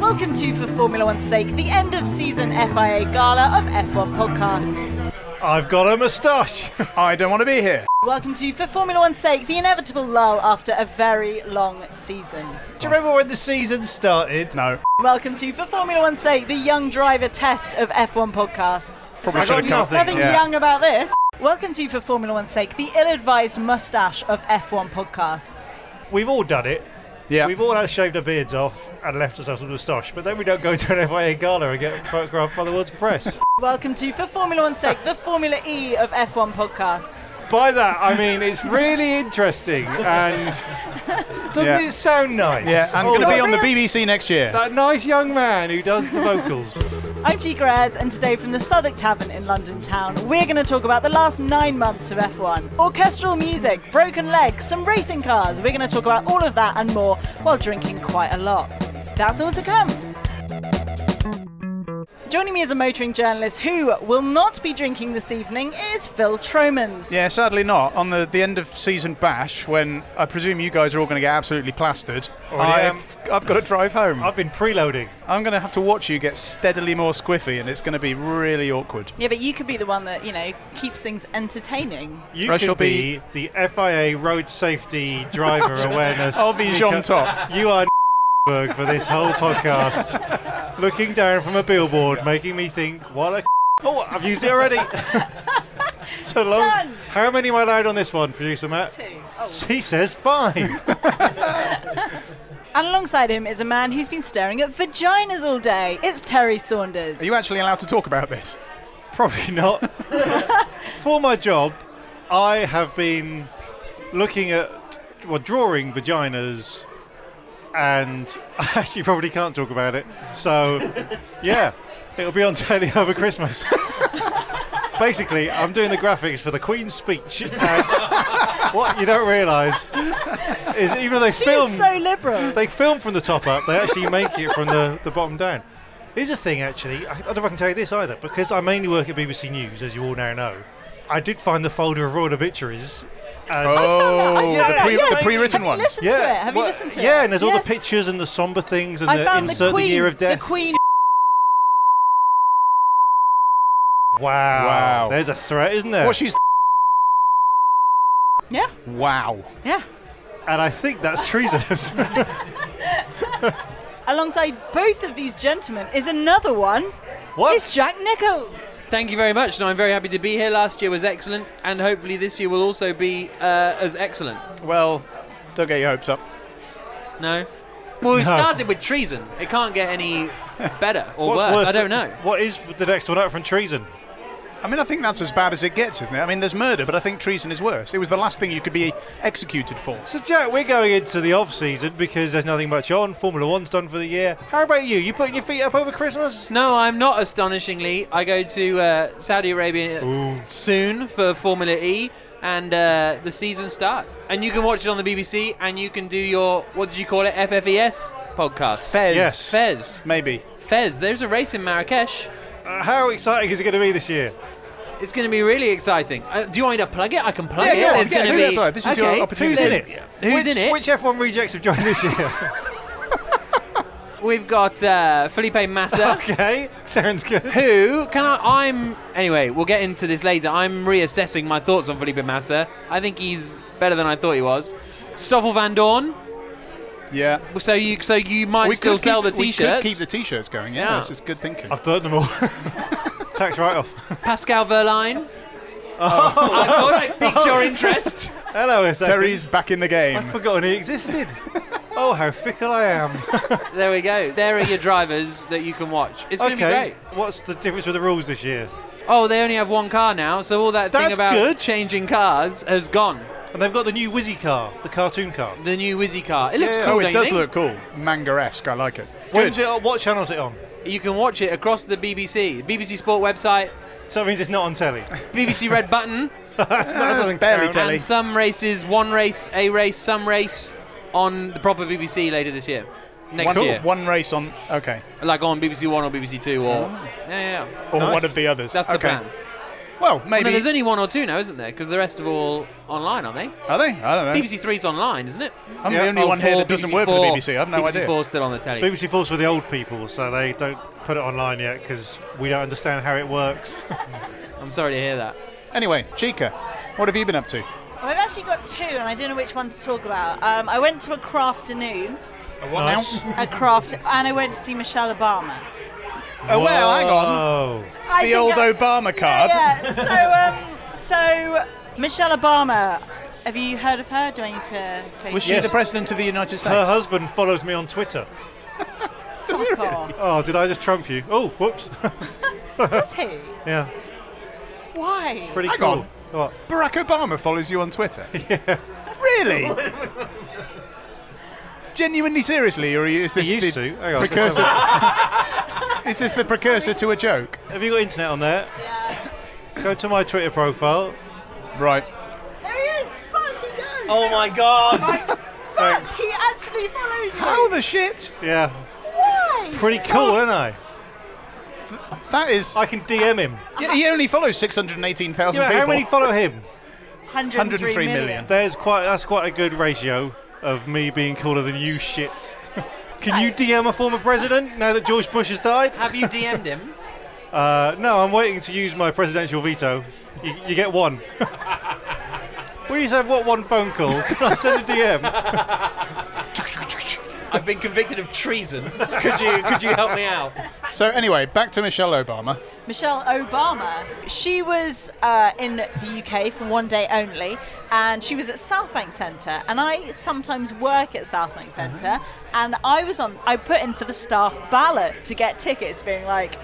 Welcome to For Formula One's Sake, the end of season FIA gala of F1 podcasts. I've got a moustache. I don't want to be here. Welcome to For Formula One's Sake, the inevitable lull after a very long season. Do you remember when the season started? No. Welcome to For Formula One's Sake, the young driver test of F1 podcasts. Probably should have come. Nothing Yeah. young about this. Welcome to For Formula One's Sake, the ill advised mustache of F1 podcasts. We've all done it. Yeah. We've all had shaved our beards off and left ourselves with a moustache, but then we don't go to an FIA gala and get photographed by the world's press. Welcome to For Formula One's Sake, the Formula E of F1 podcasts. by that, I mean it's really interesting and doesn't Yeah. it sound nice? Yeah, I'm Oh, going to be that- on the BBC next year. That nice young man who does the vocals. I'm G. Grez, and today from the Southwark Tavern in London town, we're going to talk about the last nine months of F1. Orchestral music, broken legs, some racing cars. We're going to talk about all of that and more while drinking quite a lot. That's all to come. Joining me as a motoring journalist who will not be drinking this evening is Phil Tromans. Yeah, sadly not. On the, the end of season bash, when I presume you guys are all going to get absolutely plastered, Already am. I've, I've got to drive home. I've been preloading. I'm going to have to watch you get steadily more squiffy, and it's going to be really awkward. Yeah, but you could be the one that, you know, keeps things entertaining. You I shall could be, the FIA Road Safety Driver Awareness. I'll be Jean Todt. You are Berg for this whole podcast. Looking down from a billboard, making me think, what a. Oh, I've used it already. so long. Done. How many am I allowed on this one, producer Matt? Two. Oh. She says five. And alongside him is a man who's been staring at vaginas all day. It's Terry Saunders. Are you actually allowed to talk about this? Probably not. for my job, I have been looking at, well, drawing vaginas, and I actually probably can't talk about it. So, yeah, it'll be on telly over Christmas. Basically, I'm doing the graphics for the Queen's speech. And what you don't realise is even though they She film, is so liberal. they film from the top up. They actually make it from the, the bottom down. Here's a thing, actually. I I don't know if I can tell you this either, because I mainly work at BBC News, as you all now know. I did find the folder of royal obituaries. And Oh, yeah, the, yeah, pre- yeah. the pre-written Have one. You listened yeah, to it? Have well, you listened to it? Yeah, and there's all Yes. the pictures and the somber things and I the found insert the, queen, the year of death. The Queen. Wow. Wow. There's a threat, isn't there? What she's Yeah, wow. yeah. and I think that's treasonous. Alongside both of these gentlemen is another one. what? It's Jack Nichols. Thank you very much, and I'm very happy to be here. Last year was excellent, and hopefully this year will also be uh, as excellent. Well, don't get your hopes up. No? Well, we started with treason. It can't get any better or What's worse. worse? I don't know. What is the next one up from treason? I mean, I think that's as bad as it gets, isn't it? I mean, there's murder, but I think treason is worse. It was the last thing you could be executed for. So, Jack, we're going into the off season because there's nothing much on. Formula One's done for the year. How about you? You putting your feet up over Christmas? No, I'm not. Astonishingly, I go to uh, Saudi Arabia soon for Formula E, and uh, the season starts. And you can watch it on the BBC, and you can do your what did you call it? FFES podcast. Fez. Yes. Fez. Maybe. Fez. There's a race in Marrakesh. Uh, How exciting is it going to be this year? It's going to be really exciting. Uh, do you want me to plug it? I can plug Yeah, it. go on, There's yeah, going do to that, be. sorry, this is your opportunity. Who's in it? Who's which, in it? Which F1 rejects have joined this year? We've got uh, Felipe Massa. okay, sounds good. Who can I? I'm anyway. We'll get into this later. I'm reassessing my thoughts on Felipe Massa. I think he's better than I thought he was. Stoffel Van Dorn. Yeah. So you so you might still keep, sell the we could t-shirts. keep the t-shirts going. Yeah, Yeah. this is good thinking. I've burnt them all. Tax write off. Pascal Verline. Oh. I thought I piqued your interest. Hello, Essex. Terry's back in the I'd game. forgotten he existed. oh, how fickle I am. There we go. There are your drivers that you can watch. It's going to be okay. great. What's the difference with the rules this year? Oh, they only have one car now, so all that thing That's about good. changing cars has gone. And they've got the new Wizzy car, the cartoon car. The new Wizzy car. It looks Yeah. cool, oh, it don't does you think? look cool. Manga-esque. I like it. When's it on? What channel's it on? You can watch it across the BBC, the BBC Sport website, So that means it's not on telly. BBC Red Button, That doesn't barely count. telly. and some races, one race, a race, some race on the proper BBC later this year. Next One, year. one race on. Okay. Like on BBC One or BBC Two or. Yeah, yeah, yeah. Oh. Or one of the others. That's the okay. plan. Oh, Well, No, maybe. there's only one or two now, isn't there? Because the rest are all online, aren't they? Are they? I don't know. BBC Three's online, isn't it? I'm the only Oh, one here four, that doesn't BBC work for the four. BBC. I've no BBC idea. Four's still on the telly. BBC Four's for the old people, so they don't put it online yet because we don't understand how it works. I'm sorry to hear that. Anyway, Chica, what have you been up to? I've actually got two, and I don't know which one to talk about. Um, I went to a crafternoon, What Nice. now? a craft, and I went to see Michelle Obama. Oh, well, hang on. Whoa. I The think old I- Obama card. Yeah. yeah. So, um, so Michelle Obama. Have you heard of her? Do I need to take Was she Yes. the president of the United States? Her husband follows me on Twitter. fuck off? Oh, did I just trump you? Oh, whoops. Does he? yeah, Why? pretty Hang cool. on. What? Barack Obama follows you on Twitter. yeah. Really? Genuinely, seriously, or is this He used the to. Hang on, let's precursor? is this the precursor to a joke? Have you got internet on there? Yeah. Go to my Twitter profile. Right. There he is. Fuck, he does. Oh my god! Fuck, he actually follows you. How the shit? Yeah, Why? pretty cool, isn't I? That is. I can DM him. Yeah, he only follows 618,000 Yeah, people. how many follow him? 103 103 million. There's quite. That's quite a good ratio of me being cooler than you shits. Can you DM a former president now that George Bush has died? Have you DM'd him? Uh, no, I'm waiting to use my presidential veto. You, you get one. we just have what one phone call. Can I send a DM? I've been convicted of treason. Could you could you help me out? So, anyway, back to Michelle Obama. Michelle Obama. She was uh, in the UK for one day only, and she was at Southbank Centre. And I sometimes work at Southbank centre and I was on. I put in for the staff ballot to get tickets, being like,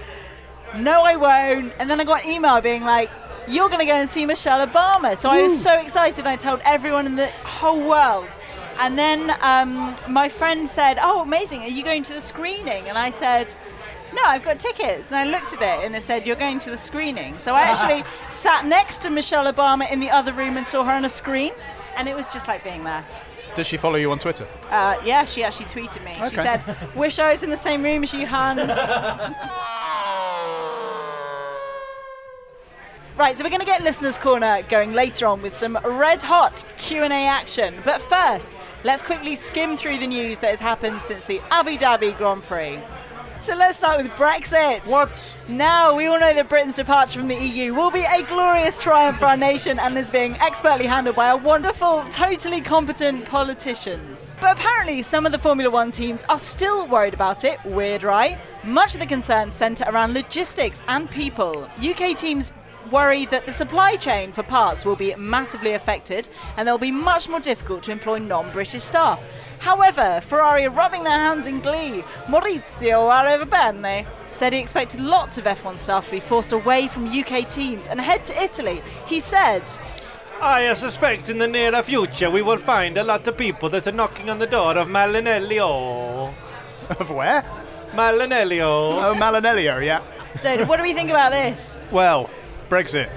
"No, I won't." And then I got an email being like. You're going to go and see Michelle Obama. So I was so excited. I told everyone in the whole world. And then um, my friend said, Oh, amazing. Are you going to the screening? And I said, no, I've got tickets. And I looked at it and it said, You're going to the screening. So I actually sat next to Michelle Obama in the other room and saw her on a screen. And it was just like being there. Does she follow you on Twitter? Uh, yeah, she actually tweeted me. She Okay. said, Wish I was in the same room as you, Han. right, so we're going to get Listener's Corner going later on with some red hot Q&A action. But first, let's quickly skim through the news that has happened since the Abu Dhabi Grand Prix. So let's start with Brexit. What? Now we all know that Britain's departure from the EU will be a glorious triumph for our nation and is being expertly handled by our wonderful, totally competent politicians. But apparently, some of the Formula One teams are still worried about it. Weird, right? Much of the concern centre around logistics and people. UK teams worry that the supply chain for parts will be massively affected and they'll be much more difficult to employ non-British staff. However, Ferrari are rubbing their hands in glee. Maurizio Arrivabene said he expected lots of F1 staff to be forced away from UK teams and head to Italy. He said, I suspect in the near future we will find a lot of people that are knocking on the door of Malinello. Of where? Malinello. Oh, Malinello, yeah. so what do we think about this? Well, Brexit.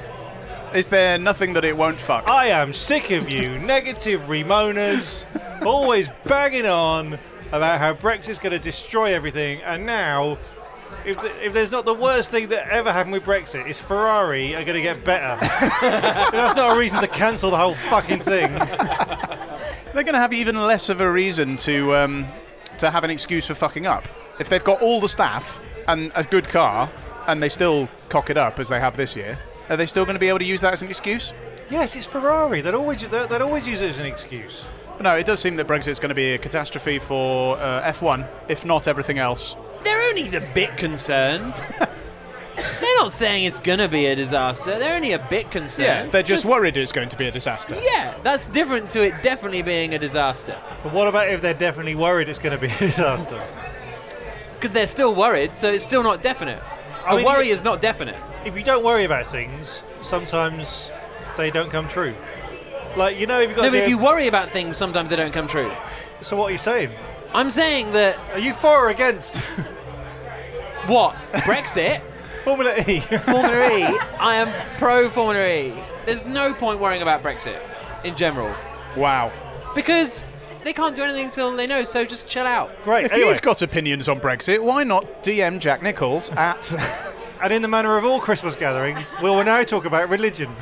Is there nothing that it won't fuck? I am sick of you, negative Ramoners, always banging on about how Brexit's going to destroy everything. And now, if, th if there's not the worst thing that ever happened with Brexit, is Ferrari are going to get better. That's not a reason to cancel the whole fucking thing. They're going to have even less of a reason to um, to have an excuse for fucking up if they've got all the staff and a good car, and they still cock it up as they have this year. Are they still going to be able to use that as an excuse? Yes, it's Ferrari. They'd always they'd, they'd always use it as an excuse. But No, it does seem that Brexit's going to be a catastrophe for uh, F1, if not everything else. They're only the bit concerned. They're not saying it's gonna be a disaster. They're only a bit concerned. Yeah, they're just, worried it's going to be a disaster. Yeah, that's different to it definitely being a disaster. But what about if they're definitely worried it's going to be a disaster? Because they're still worried, so it's still not definite. I A mean, worry you- is not definite. if you don't worry about things, sometimes they don't come true. Like you know, if you've got No, to but if do- you worry about things, sometimes they don't come true. so what are you saying? I'm saying that Are you for or against what Brexit, Formula E? Formula E. I am pro Formula E. There's no point worrying about Brexit in general Wow. because they can't do anything until they know. So just chill out. Great. If anyway, you've got opinions on Brexit, why not DM Jack Nichols at. and in the manner of all Christmas gatherings, we will now talk about religion.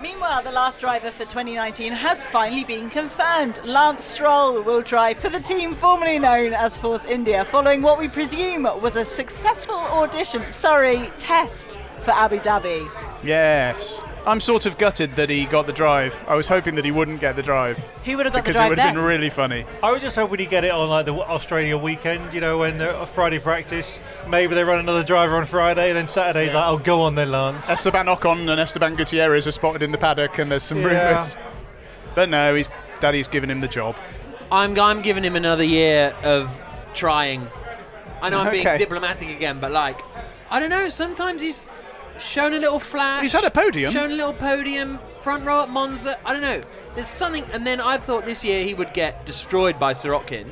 Meanwhile, the last driver for 2019 has finally been confirmed. Lance Stroll will drive for the team formerly known as Force India, following what we presume was a successful audition, sorry, test for Abu Dhabi. yes. I'm sort of gutted that he got the drive. I was hoping that he wouldn't get the drive. Who would have got because the it drive would then? have been really funny. I was just hoping you get it on like the Australia weekend, you know, when they're on Friday practice. Maybe they run another driver on Friday, then Saturday's like, oh, go on then, Lance. Esteban Ocon and Esteban Gutierrez are spotted in the paddock, and there's some Yeah. rumours. But no, he's, Daddy's given him the job. I'm I'm giving him another year of trying. I know I'm Okay. being diplomatic again, but like, I don't know. Sometimes he's shown a little flash. He's had a podium. Shown a little podium, front row at Monza. I don't know. There's something. And then I thought this year he would get destroyed by Sorokin,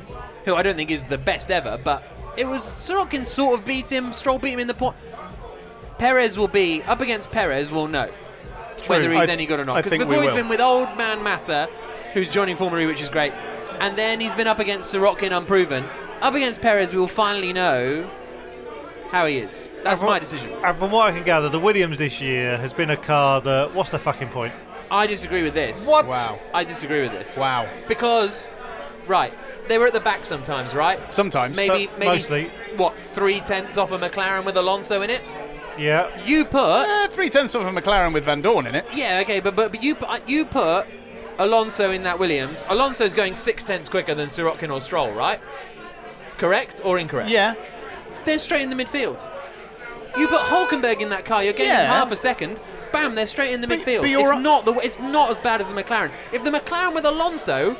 who I don't think is the best ever. But it was Sorokin sort of beat him. Stroll beat him in the point. Perez will be up against Perez. We'll know whether he's I th- any good or not. I 'Cause think we before he's will. been with old man Massa, who's joining Formula E, which is great, and then he's been up against Sorokin, unproven. Up against Perez, we will finally know how he is. That's my decision. uh, And from what I can gather, the Williams this year has been a car that. What's the fucking point? I disagree with this. What? Wow. I disagree with this. Wow. Because, right, they were at the back sometimes, right? Sometimes. Maybe, So- maybe mostly. what three tenths off a McLaren with Alonso in it. Yeah. You put Uh, three tenths of a McLaren with Van Dorn in it. Yeah, okay, but but, but you pu- you put Alonso in that Williams. Alonso's going six tenths quicker than Sorokin or Stroll, right? Correct or incorrect? Yeah. They're straight in the midfield. You put Hulkenberg in that car, you're getting yeah. half a second. Bam, they're straight in the But- midfield. but you're it's right. not the it's not as bad as the McLaren. If the McLaren with Alonso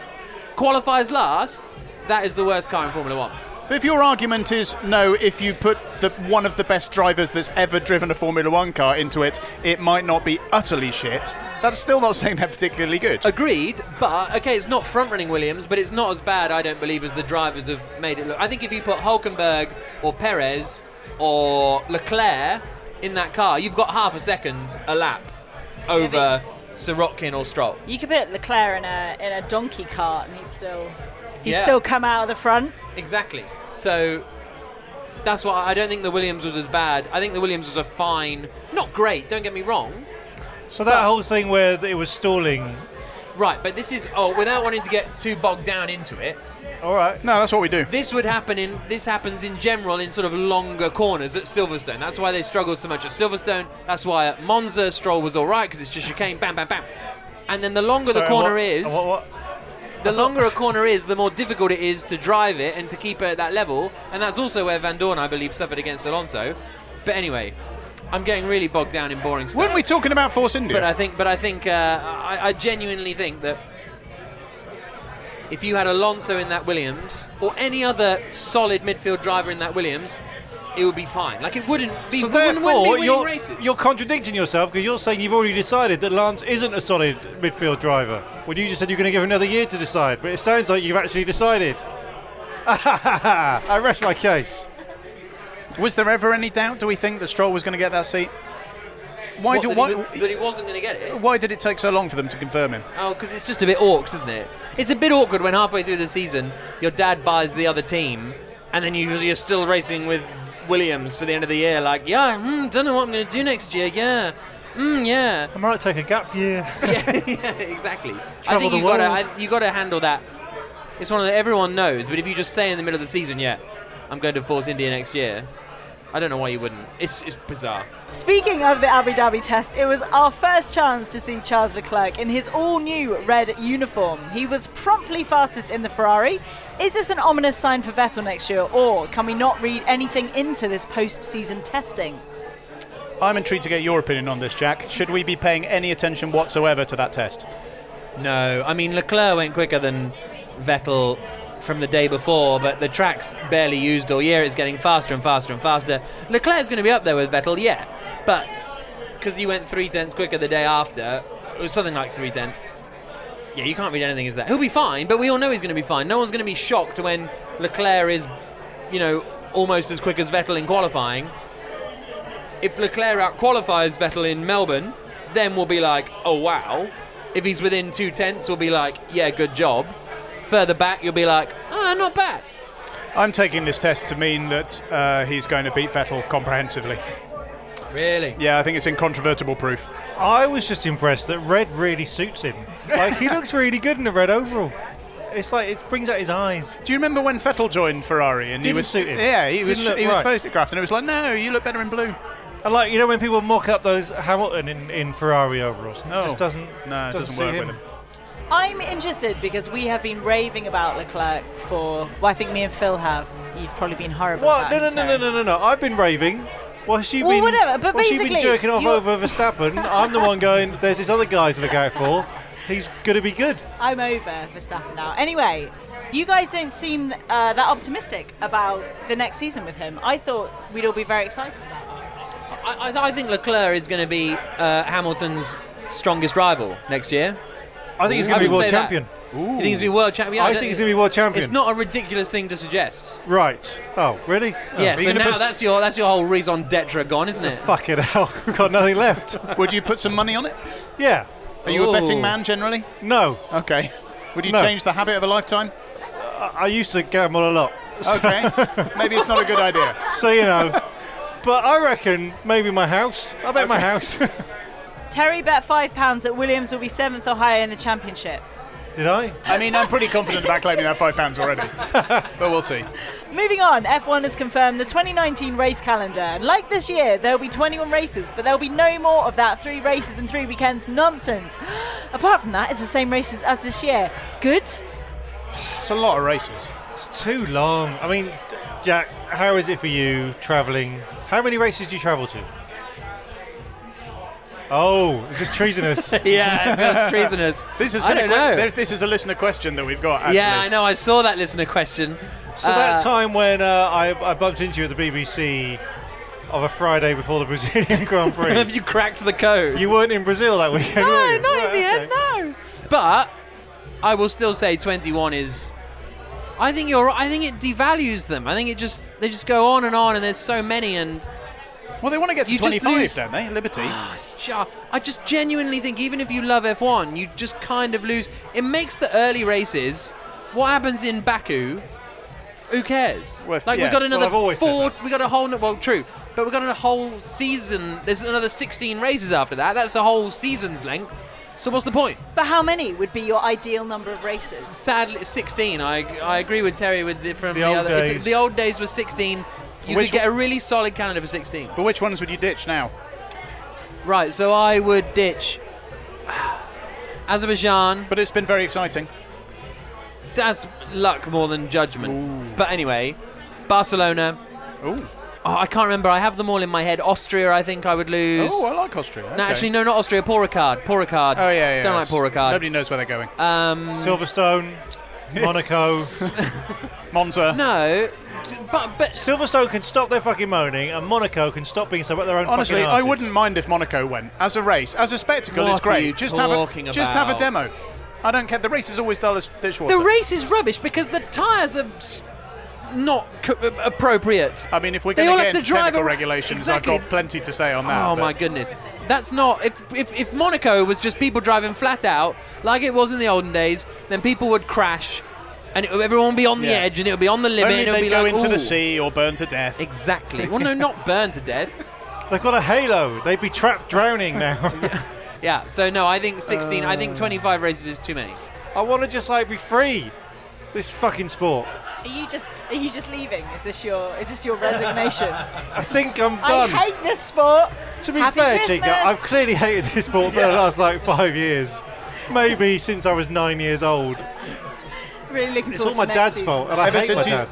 qualifies last, that is the worst car in Formula One. But if your argument is no, if you put the one of the best drivers that's ever driven a Formula One car into it, it might not be utterly shit. That's still not saying they're particularly good. Agreed, but okay, it's not front running Williams, but it's not as bad, I don't believe, as the drivers have made it look. I think if you put Hulkenberg or Perez or Leclerc in that car, you've got half a second a lap over Sorokin or Stroll. You could put Leclerc in a in a donkey cart, and he'd still he'd Yeah. still come out of the front. Exactly. So that's why I don't think the Williams was as bad. I think the Williams was a fine, not great, don't get me wrong. So that whole thing where it was stalling. Right, but this is, oh, without wanting to get too bogged down into it, All right. no, that's what we do. This would happen in this happens in general in sort of longer corners at Silverstone. That's why they struggled so much at Silverstone. That's why at Monza Stroll was all right because it's just chicane, bam, bam, bam. And then the longer the Sorry, corner what- is, what- what- the longer a corner is, the more difficult it is to drive it and to keep it at that level. And that's also where Van Dorn, I believe, suffered against Alonso. But anyway, I'm getting really bogged down in boring stuff. Weren't we talking about Force India? But I think, but I think, uh, I, I genuinely think that if you had Alonso in that Williams or any other solid midfield driver in that Williams, it would be fine. Like it wouldn't be. So we wouldn't, wouldn't be therefore, winning you're, races. you're contradicting yourself because you're saying you've already decided that Lance isn't a solid midfield driver. Well, you just said you're going to give him another year to decide, but it sounds like you've actually decided. I rest my case. was there ever any doubt? Do we think that Stroll was going to get that seat? Why What, do that, why, he, wa- that he wasn't going to get it. why did it take so long for them to confirm him? Oh, because it's just a bit orcs, isn't it? It's a bit awkward when halfway through the season your dad buys the other team, and then you, you're still racing with Williams for the end of the year. Like, yeah, mm, don't know what I'm going to do next year. Yeah, mm, yeah. I might take a gap year. yeah, yeah, exactly. I Travel think the you gotta world. I, you gotta handle that. It's one that everyone knows, but if you just say in the middle of the season, yeah, I'm going to Force India next year, I don't know why you wouldn't. It's, it's bizarre. Speaking of the Abu Dhabi test, it was our first chance to see Charles Leclerc in his all new red uniform. He was promptly fastest in the Ferrari. Is this an ominous sign for Vettel next year, or can we not read anything into this post season testing? I'm intrigued to get your opinion on this, Jack. Should we be paying any attention whatsoever to that test? No, I mean Leclerc went quicker than Vettel from the day before, but the track's barely used all year. It's getting faster and faster and faster. Leclerc's going to be up there with Vettel, yeah, but because he went three tenths quicker the day after, it was something like three tenths. Yeah, you can't read anything as that. He'll be fine, but we all know he's going to be fine. No one's going to be shocked when Leclerc is, you know, almost as quick as Vettel in qualifying. If Leclerc out qualifies Vettel in Melbourne, then we'll be like, oh wow. If he's within two tenths, we'll be like, yeah, good job. Further back, you'll be like, ah, not bad. I'm taking this test to mean that uh, he's going to beat Vettel comprehensively. Really? Yeah, I think it's incontrovertible proof. I was just impressed that red really suits him. Like he looks really good in a red overall. It's like it brings out his eyes. Do you remember when Vettel joined Ferrari and he Didn't was suit him. Yeah, he Didn't was look he right. was photographed and it was like, no, you look better in blue. And like you know when people mock up those Hamilton in, in Ferrari overalls, No. it just doesn't. No, it doesn't suit work him. with him. I'm interested because we have been raving about Leclerc for. Well, I think me and Phil have. You've probably been horrible. What? No, about no, him, no, no, Terry. no, no, no. I've been raving. Well, she Well, been, whatever, but while she been basically, jerking off you- over Verstappen. I'm the one going. There's this other guy to look out for. He's gonna be good. I'm over Verstappen now. Anyway, you guys don't seem uh, that optimistic about the next season with him. I thought we'd all be very excited about it. I, I, I think Leclerc is going to be uh, Hamilton's strongest rival next year. I think he's I gonna be would world say that. champion. You think he's going to be world champion? I don't- think he's gonna be world champion. It's not a ridiculous thing to suggest. right. Oh, really? Oh, yeah, are you so gonna now put- that's your that's your whole raison d'etre gone, isn't it? fucking hell. We've got nothing left. Would you put some money on it? yeah. Are you a betting Ooh. man generally? No. Okay. Would you No. change the habit of a lifetime? I used to gamble a lot. Okay. Maybe it's not a good idea. So you know. But I reckon maybe my house. I bet my house. Terry bet five pounds that Williams will be seventh or higher in the championship. Did I? I mean, I'm pretty confident about claiming that five pounds already, but we'll see. Moving on, F1 has confirmed the 2019 race calendar. And Like this year, there'll be 21 races, but there'll be no more of that three races in three weekends nonsense. Apart from that, it's the same races as this year. Good? It's a lot of races. It's too long. I mean, Jack, how is it for you travelling? How many races do you travel to? Oh, is this treasonous? yeah, it feels treasonous. This has I been a don't que- know. there- This is a listener question that we've got. Actually. yeah, I know. I saw that listener question. so that time when uh, I, I bumped into you at the BBC of a Friday before the Brazilian Grand Have Prix, you cracked the code? you weren't in Brazil that weekend. were no, you? not in Right, the okay. end, no. But I will still say 21 is. I think you're. right. I think it devalues them. I think it just they just go on and on, and there's so many, and Well, they want to get to You just 25, lose- don't they? Liberty. Oh, it's ju- I just genuinely think even if you love F1, you just kind of lose. It makes the early races. What happens in Baku? Who cares? Well, if- like yeah. we got Well, another I've always said four. that. We got a whole. n- Well, true, but we got a whole season. There's another 16 races after that. That's a whole season's length. So what's the point? But how many would be your ideal number of races? Sadly, 16. I I agree with Terry with the, from The the, old other. it's- days. The old days were 16. You Which could get a really solid calendar for 16. But which ones would you ditch now? Right, so I would ditch Azerbaijan. But it's been very exciting. That's luck more than judgment. But anyway, Barcelona. Ooh. Oh, I can't remember. I have them all in my head. Austria, I think I would lose. Oh, I like Austria. No, okay. actually, no, not Austria. Paul Ricard. Paul Ricard. Oh yeah, yeah. Don't like it's- Paul Ricard. Nobody knows where they're going. Um, Silverstone, Monaco. Monza. no, but but Silverstone can stop their fucking moaning, and Monaco can stop being so about their own. Honestly, fucking I asses. wouldn't mind if Monaco went as a race, as a spectacle. What it's are great. you just have a talking just have a about? demo. I don't care. The race is always dull as dishwater. the race is rubbish because the tires are s- not co- appropriate. I mean, if we're They going all to get have to into drive technical ar- regulations, Exactly. I've got plenty to say on that. Oh but- my goodness, that's not. If, if if Monaco was just people driving flat out like it was in the olden days, then people would crash, and it, everyone would be on the Yeah. edge, and it would be on the limit, Only and it would they be go like into "Ooh." the sea or burn to death. Exactly. Well, no, not burned to death. They've got a halo. They'd be trapped drowning now. Yeah. So no, I think 16. Uh. I think 25 races is too many. I want to just like be free. This fucking sport. Are you just are you just leaving? Is this your is this your resignation? I think I'm I done. hate this sport. to be Happy fair, Christmas. Chica, I've clearly hated this sport for the last like five years. Maybe since I was nine years old. really looking It's all forward my to dad's next season. fault, and I Ever hate my since you- dad.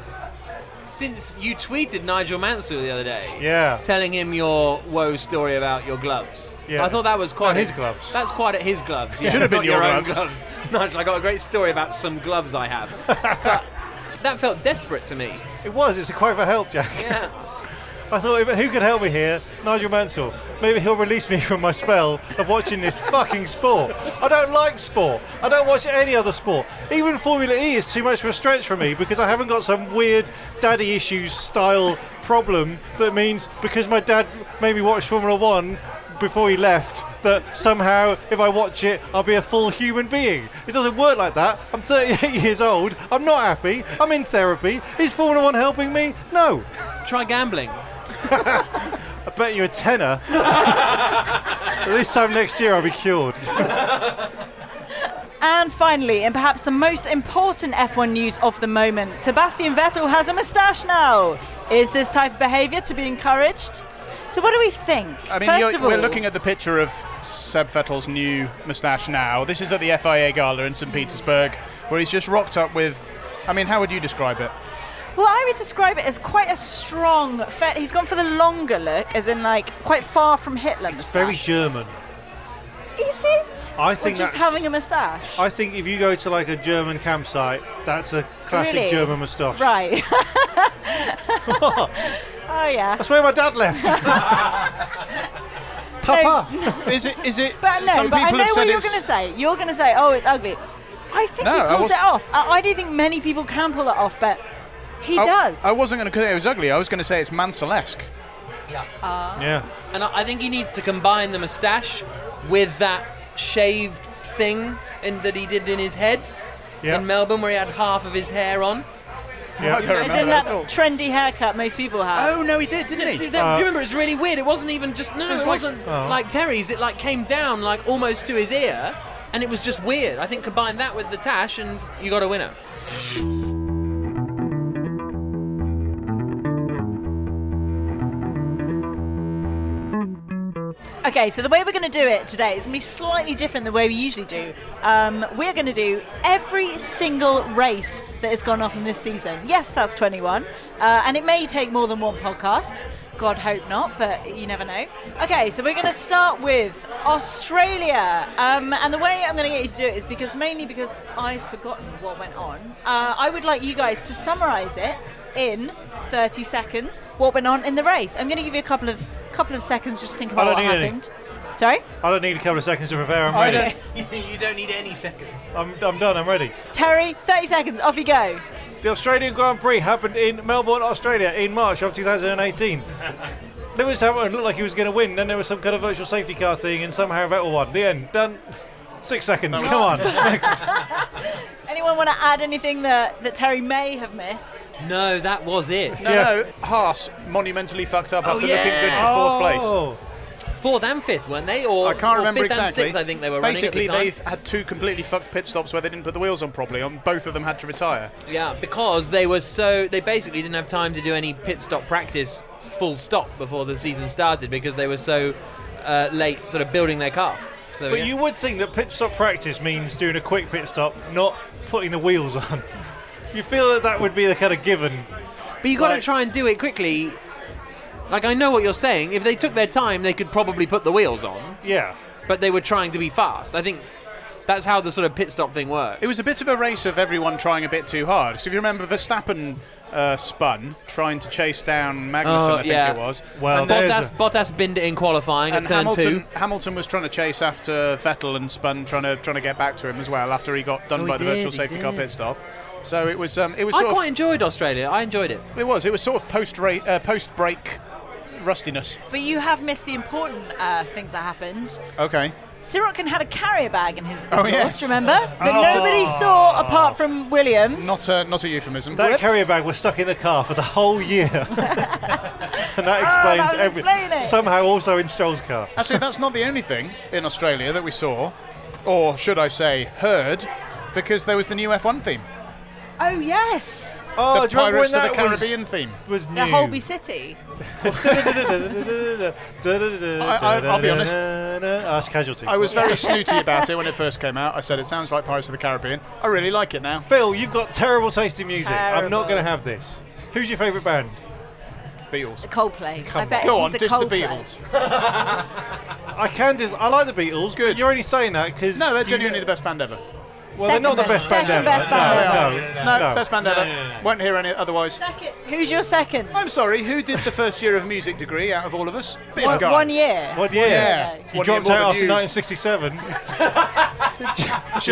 Since you tweeted Nigel Mansell the other day, Yeah. telling him your woe story about your gloves. Yeah. I thought that was quite No, his gloves. That's quite at his gloves. Should have been not your own gloves. Nigel, I got a great story about some gloves I have. but that felt desperate to me. It was. It's a cry for help, Jack. Yeah. I thought, who could help me here? Nigel Mansell. Maybe he'll release me from my spell of watching this fucking sport. I don't like sport. I don't watch any other sport. Even Formula E is too much of a stretch for me because I haven't got some weird daddy issues style problem that means because my dad made me watch Formula One before he left that somehow if I watch it I'll be a full human being. It doesn't work like that. I'm 38 years old. I'm not happy. I'm in therapy. Is Formula One helping me? No. Try gambling. I bet you a tenner. this time next year I'll be cured. And finally, and perhaps the most important F1 news of the moment, Sebastian Vettel has a moustache now. Is this type of behaviour to be encouraged? So, what do we think? I mean, First you're- of all, we're looking at the picture of Seb Vettel's new moustache now. This is at the FIA Gala in St. Petersburg, where he's just rocked up with. I mean, how would you describe it? well, I would describe it as quite a strong. Fet- he's gone for the longer look, as in like quite far from Hitler. It's very moustache. German. Is it? I Or think just that's- having a moustache. I think if you go to like a German campsite, that's a classic Really? German moustache. Right. oh yeah. That's where my dad left. Papa. Is it? Is it? But no, some but I people know have said what you're it's- going to say. You're going to say, "Oh, it's ugly." I think No, he I pulls was- it off. I, I don't think many people can pull it off, but he does. Oh, I wasn't going to say it was ugly. I was going to say it's Mansellesque. Yeah. And I I think he needs to combine the moustache with that shaved thing in, that he did in his head Yeah. in Melbourne, where he had half of his hair on. Yeah. I don't As remember in that that at all. trendy haircut most people have. Oh no, he did, didn't he? Dude, that, do you remember? It was really weird. It wasn't even just no, no, it, was uh, like- uh-huh. wasn't like, oh. Terry's. It like came down like almost to his ear, and it was just weird. I think combine that with the tash, and you got a winner. Okay, so the way we're going to do it today is going to be slightly different than the way we usually do. Um, we're going to do every single race that has gone off in this season. Yes, that's 21, uh, and it may take more than one podcast. God hope not, but you never know. Okay, so we're going to start with Australia, um, and the way I'm going to get you to do it is because mainly because I've forgotten what went on. Uh, I would like you guys to summarise it in 30 seconds. What went on in the race? I'm going to give you a couple of couple of seconds just to think I about don't what need any. happened. Sorry? I don't need a couple of seconds to prepare. I'm ready. you don't need any seconds. I'm, I'm done. I'm ready. Terry, 30 seconds, off you go. The Australian Grand Prix happened in Melbourne, Australia, in March of 2018. Lewis Hamilton looked like he was going to win. Then there was some kind of virtual safety car thing, and somehow Vettel won. The end. Done. Six seconds. Come on. Next. Anyone want to add anything that, that Terry may have missed? No, that was it. No, Yeah. no, Haas monumentally fucked up Oh, after looking yeah. good for fourth place. Oh. Fourth and fifth, weren't they? Or I can't or remember fifth exactly. and sixth. I think they were Basically, running at they've had two completely fucked pit stops where they didn't put the wheels on properly, and both of them had to retire. the time. Yeah, because they were so they basically didn't have time to do any pit stop practice, full stop before the season started because they were so uh, late, sort of building their car. So there we But go. you would think that pit stop practice means doing a quick pit stop, not putting the wheels on. You feel that that would be the kind of given. But you got to Like- try and do it quickly. Like I know what you're saying. If they took their time, they could probably put the wheels on. Yeah. But they were trying to be fast. I think that's how the sort of pit stop thing works. It was a bit of a race of everyone trying a bit too hard. So if you remember, Verstappen uh, spun trying to chase down Magnussen, Oh, I think yeah. it was. Well, and, there's Bottas, a- Bottas binned it in qualifying and at turn Hamilton, two. Hamilton was trying to chase after Vettel and spun trying to trying to get back to him as well after he got done Oh, he by the did, virtual he safety car did. pit stop. So it was um, it was I sort quite of enjoyed Australia. I enjoyed it. it was it was sort of post ra- uh, post break rustiness. But you have missed the important uh, things that happened. Okay. Sirotkin had a carrier bag in his exhaust, Oh, yes. Oh. remember? That nobody saw apart from Williams. Not a, not a euphemism. That carrier bag was stuck in the car for the whole year. and that explains Ah, would every explain it. Somehow also in Stroll's car. Actually, that's not the only thing in Australia that we saw, or should I say, heard, because there was the new F1 theme. Oh yes, Oh, the do you remember when Pirates of the that was- Caribbean theme. was new? the Holby City. I, I- I'll be honest. Ask Ah, casualty. I was very snooty about it when it first came out. I said it sounds like Pirates of the Caribbean. I really like it now. Phil, you've got terrible taste in music. I'm not Terrible. going to have this. Who's your favourite band? Beatles. Coldplay. I Come bet Go he's on, a dish the Coldplay. Beatles. I can. Dis- I like the Beatles. But Good. you're only saying that because No, they're genuinely the best band ever. Well, they're not the Second best band second ever. best no, band no, no, No, no. best band ever. Won't hear any otherwise. Second. Who's your second? I'm sorry, who did the first year of music degree out of all of us? This One, guy. one year. What year? Yeah. It's You one year dropped more out after than you. 1967. Do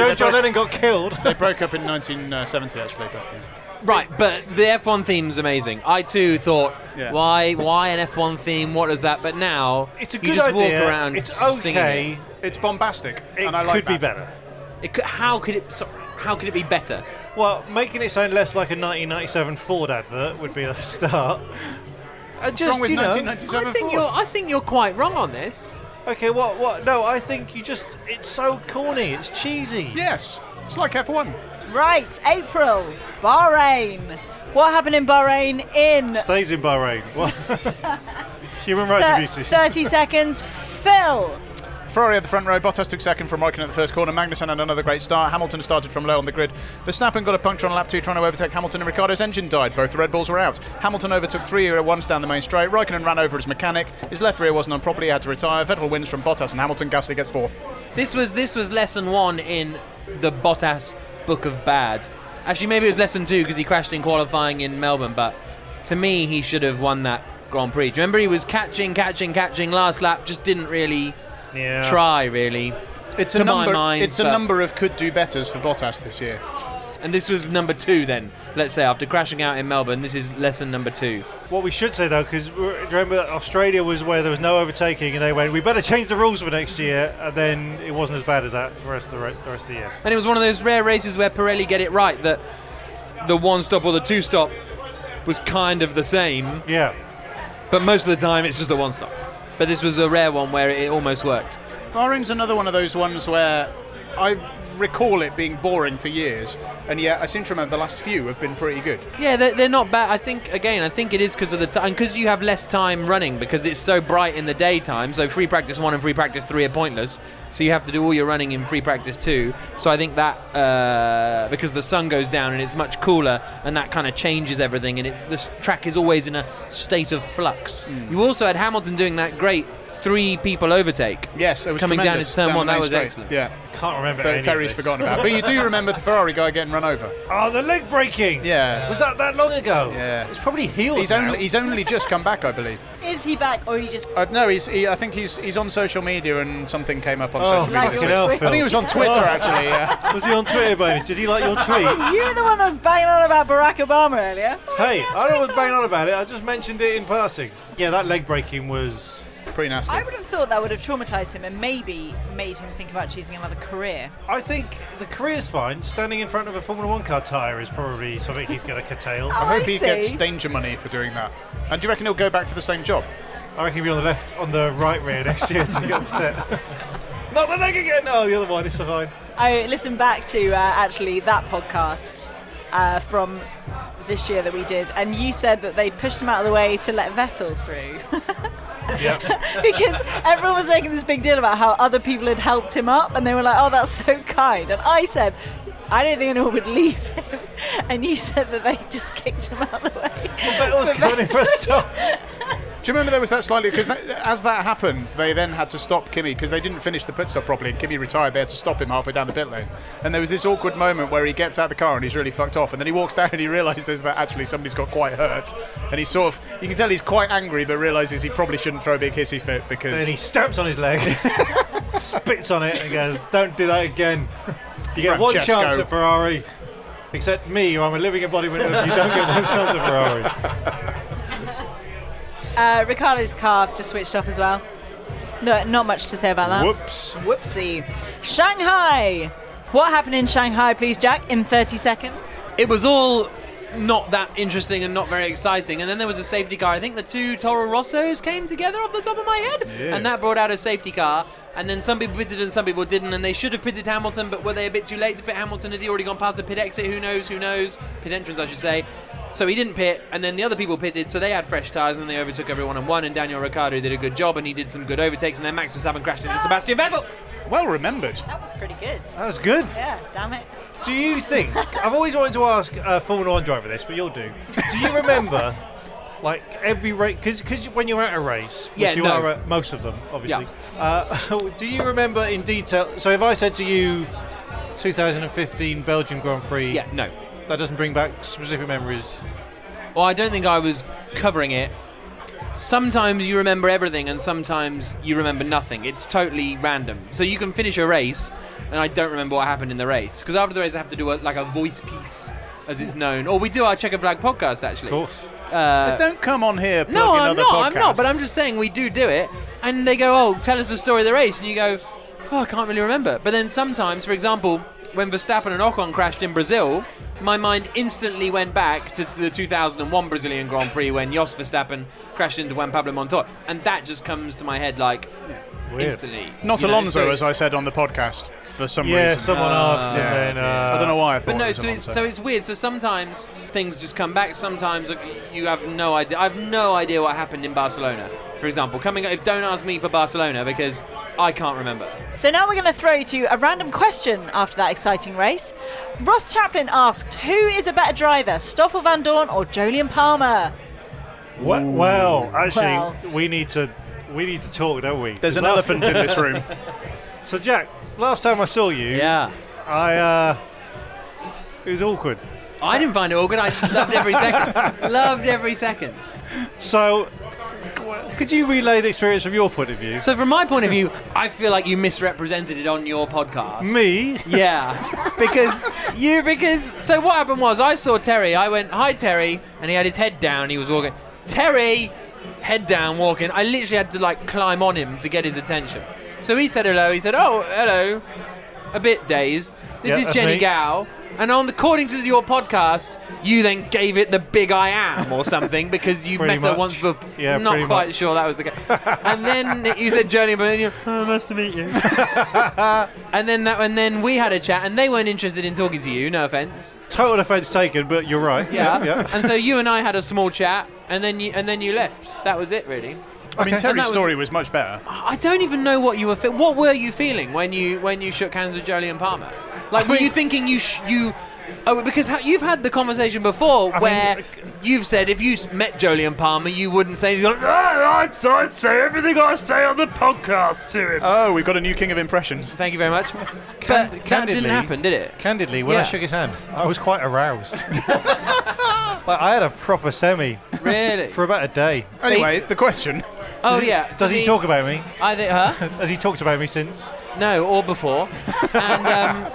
you They know John broke- Lennon got killed? They broke up in 1970, actually. But, yeah. Right, but the F1 theme's amazing. I too thought, Yeah. why, why an F1 theme? What is that? But now It's a good you just idea. walk around it's s- singing okay. it. It's bombastic, It and I like could be that. better. It could, how could it? Sorry, how could it be better? Well, making it sound less like a 1997 Ford advert would be a start. And What's wrong with you know, 1997 I think Ford? you're, I think you're quite wrong on this. Okay, what? What? No, I think you just. It's so corny. It's cheesy. Yes, it's like F1. Right, April, Bahrain. What happened in Bahrain in Stays in Bahrain. What? Human rights thir- abuses. 30 seconds? Phil. Ferrari at the front row, Bottas took second from Raikkonen at the first corner, Magnussen had another great start, Hamilton started from low on the grid, Verstappen got a puncture on lap 2 trying to overtake Hamilton and Ricciardo's engine died, both the Red Bulls were out. Hamilton overtook three at once down the main straight, Raikkonen ran over his mechanic, his left rear wasn't on properly, he had to retire, Vettel wins from Bottas and Hamilton, Gasly gets fourth. This was this was lesson one in the Bottas book of bad. Actually, maybe it was lesson two because he crashed in qualifying in Melbourne. But to me, he should have won that Grand Prix. Do you remember he was catching, catching, catching last lap? Just didn't really Yeah. try, really. It's To a number, my mind, it's a but- number of could do betters for Bottas this year. And this was number two then. Let's say after crashing out in Melbourne, this is lesson number two. What we should say though, because remember that Australia was where there was no overtaking, and they went, "We better change the rules for next year." And then it wasn't as bad as that the rest of the, re- the rest of the year. And it was one of those rare races where Pirelli get it right that the one stop or the two stop was kind of the same, Yeah, but most of the time it's just a one stop. But this was a rare one where it almost worked. Bahrain's another one of those ones where I recall it being boring for years, and yet I seem to remember the last few have been pretty good. Yeah, they're, they're not bad. I think again, I think it is because of the time, because you have less time running because it's so bright in the daytime. So free practice one and free practice three are pointless. So you have to do all your running in free practice two. So I think that uh, because the sun goes down and it's much cooler, and that kind of changes everything. And it's this track is always in a state of flux. Mm. You also had Hamilton doing that great three people overtake. Yes, it was coming down tremendous, his turn down one. the That main was straight. excellent. Yeah, can't remember. that any Terry's of this. forgotten about. But you do remember the Ferrari guy getting run over. Oh, the leg breaking. Yeah. was that that long ago? Yeah. it's probably healed. He's now. only he's only just come back, I believe. Is he back or he just. Uh, no, he's he, I think he's he's on social media and something came up on Oh, social media. Like fucking your hell, tweet. Phil. Oh. I think it was on Twitter actually. Yeah. Was he on Twitter, Boney? Did he like your tweet? You're the one that was banging on about Barack Obama earlier. hey, I don't was banging on about it. I just mentioned it in passing. Yeah, that leg breaking was. Pretty nasty. I would have thought that would have traumatized him and maybe made him think about choosing another career. I think the career's fine. Standing in front of a Formula One car tyre is probably something he's going to curtail. Oh, I hope I he see. gets danger money for doing that. And do you reckon he'll go back to the same job? I reckon he'll be on the left, on the right rear next year to get set. Not the leg again! Oh, the other one, it's fine. I listened back to uh, actually that podcast uh, from this year that we did, and you said that they pushed him out of the way to let Vettel through. because everyone was making this big deal about how other people had helped him up, and they were like, "Oh, that's so kind." And I said, "I don't think anyone would leave him," and you said that they just kicked him out of the way. But it was coming in for a stop. Do you remember there was that slightly because that, as that happened, they then had to stop Kimmy because they didn't finish the pit stop properly, and Kimmy retired. They had to stop him halfway down the pit lane, and there was this awkward moment where he gets out of the car and he's really fucked off, and then he walks down and he realizes that actually somebody's got quite hurt, and he's sort of you can tell he's quite angry, but realizes he probably shouldn't throw a big hissy fit because Then he stamps on his leg, spits on it, and goes, Don't do that again. You get one Francesco. chance at Ferrari. Except me, or I'm a living embodiment of you don't get one chance at Ferrari. Uh, Ricardo's car just switched off as well. No, not much to say Um, about that. Whoops. Whoopsie. Shanghai. What happened in Shanghai, please, Jack, in 30 seconds? It was all not that interesting and not very exciting. And then there was a safety car. I think the two Toro Rossos came together off the top of my head, and that brought out a safety car. And then some people pitted and some people didn't, and they should have pitted Hamilton, but were they a bit too late to pit Hamilton? Had he already gone past the pit exit? Who knows? Who knows? Pit entrance, I should say. So he didn't pit, and then the other people pitted, so they had fresh tyres, and they overtook everyone and won. And Daniel Ricciardo did a good job, and he did some good overtakes, and then Max Verstappen crashed into Sebastian Vettel. Well remembered. That was pretty good. That was good. Yeah, damn it. Do you think? I've always wanted to ask a Formula One driver this, but you'll do. Do you remember, like every race? Because when you're at a race, which Yeah, you no. are at most of them, obviously. Uh, do you remember in detail? So if I said to you, 2015 Belgian Grand Prix, Yeah, no. that doesn't bring back specific memories. Well, I don't think I was covering it. Sometimes you remember everything, and sometimes you remember nothing. It's totally random. So you can finish a race, and I don't remember what happened in the race because after the race I have to do a, like a voice piece, as it's known. Or we do our checker flag podcast Of actually. course. Don't come on here. Uh, No, plugging I'm other not. I'm not. But podcasts. I'm just saying we do do it, and they go, "Oh, tell us the story of the race," and you go, "Oh, I can't really remember." But then sometimes, for example, when Verstappen and Ocon crashed in Brazil, my mind instantly went back to the 2001 Brazilian Grand Prix when Jos Verstappen crashed into Juan Pablo Montoya, and that just comes to my head like instantly. Not You know, Alonso, so as I it's- said on the podcast, for some Yeah, reason. someone asked, and then uh, I don't know why I thought. But it no, was so it's Alonso. so it's weird. So sometimes things just come back. Sometimes like, you have no idea. I have no idea what happened in Barcelona, for example. Coming up, don't ask me for Barcelona because I can't remember. So now we're going to throw you a random question after that exciting race. Ross Chaplin asked, "Who is a better driver, Stoffel Van Dorn or Jolyon Palmer?" What? Well, actually, Well. we need to we need to talk, don't we? There's an Last- elephant in this room. So Jack, last time I saw you, Yeah. I uh, it was awkward. I didn't find it awkward. I loved every second. loved every second. So, could you relay the experience from your point of view? So from my point of view, I feel like you misrepresented it on your podcast. Me, Yeah, because you because so what happened was I saw Terry. I went, "Hi Terry," and he had his head down. He was walking. Terry, head down, walking. I literally had to like climb on him to get his attention. So he said hello. He said, "Oh, hello," a bit dazed. This Yeah, is that's Jenny me. Gow. And on the, according to your podcast, you then gave it the big I am or something because you Pretty met her much. once before. Yeah, not pretty quite much. sure that was the case. and then you said Jenny, but then you, oh, nice to meet you. And then that, and then we had a chat, and they weren't interested in talking to you. No offense. total offence taken, but you're right. Yeah. yeah. And so you and I had a small chat, and then you, and then you left. That was it, really. I mean, And that Terry's was- story was much better. I don't even know what you were. Fe- what were you feeling when you when you shook hands with Jolyon Palmer? Like, were you thinking you sh- you? Oh, because how, you've had the conversation before where uh, you've said if you s- met Jolyon Palmer, you wouldn't say. He's like, "Ah, I'd, I'd say everything I say on the podcast to Uh, him. Oh, we've got a new king of impressions. Thank you very much. Cand- but that didn't candidly- happen, did it? Candidly, when Yeah. I shook his hand, I was quite aroused. like, I had a proper semi Really? for about a day. Anyway, the question. oh yeah. Does to he me- talk about me? I think, huh? Has he talked about me since? No, or before. and um,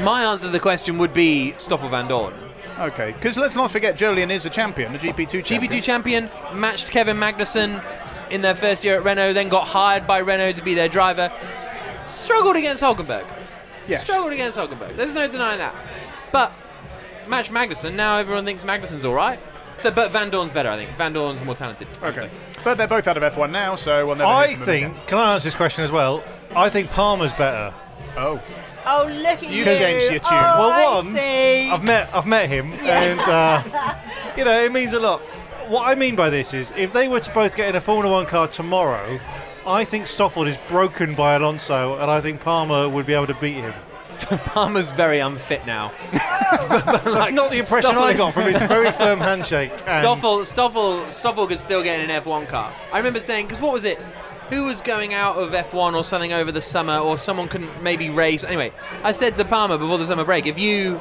my answer to the question would be Stoffel van Dorn. Okay, because let's not forget Jolien is a champion, a GP2 champion. GP2 champion, matched Kevin Magnussen in their first year at Renault, then got hired by Renault to be their driver. Struggled against Hulkenberg. Yes. Struggled against Hulkenberg. There's no denying that. But match Magnussen, now everyone thinks Magnussen's all right. So, but Van Dorn's better, I think. Van Dorn's more talented. I'd Okay. say. But they're both out of F1 now, so we'll never hear I from them think. Can I answer this question as well? I think Palmer's better. again. Oh. Oh, look at You you! changed your tune. Oh, Well, I one, see. I've met I've met him, and uh, you know it means a lot. What I mean by this is, if they were to both get in a Formula One car tomorrow, I think Stoffel is broken by Alonso, and I think Palmer would be able to beat him. Palmer's very unfit now. That's not the impression I Stoffel's- got from his very firm handshake. and- Stoffel, Stoffel, Stoffel could still get in an F1 car. I remember saying, because what was it? Who was going out of F1 or something over the summer, or someone couldn't maybe race? Anyway, I said to Palmer before the summer break, if you,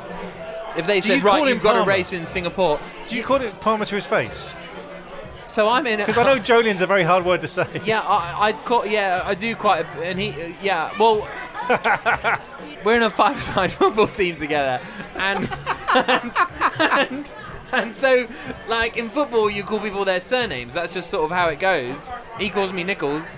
if they you said call right, him you've got to Palmer? race in Singapore. Do you call it Palmer to his face? So I'm in. Because I know Jolene's a very hard word to say. Yeah, I, I'd call. Yeah, I do quite. A, and he. Uh, yeah. Well, we're in a five-side football team together, and and, and and so like in football, you call people their surnames. That's just sort of how it goes. He calls me Nichols.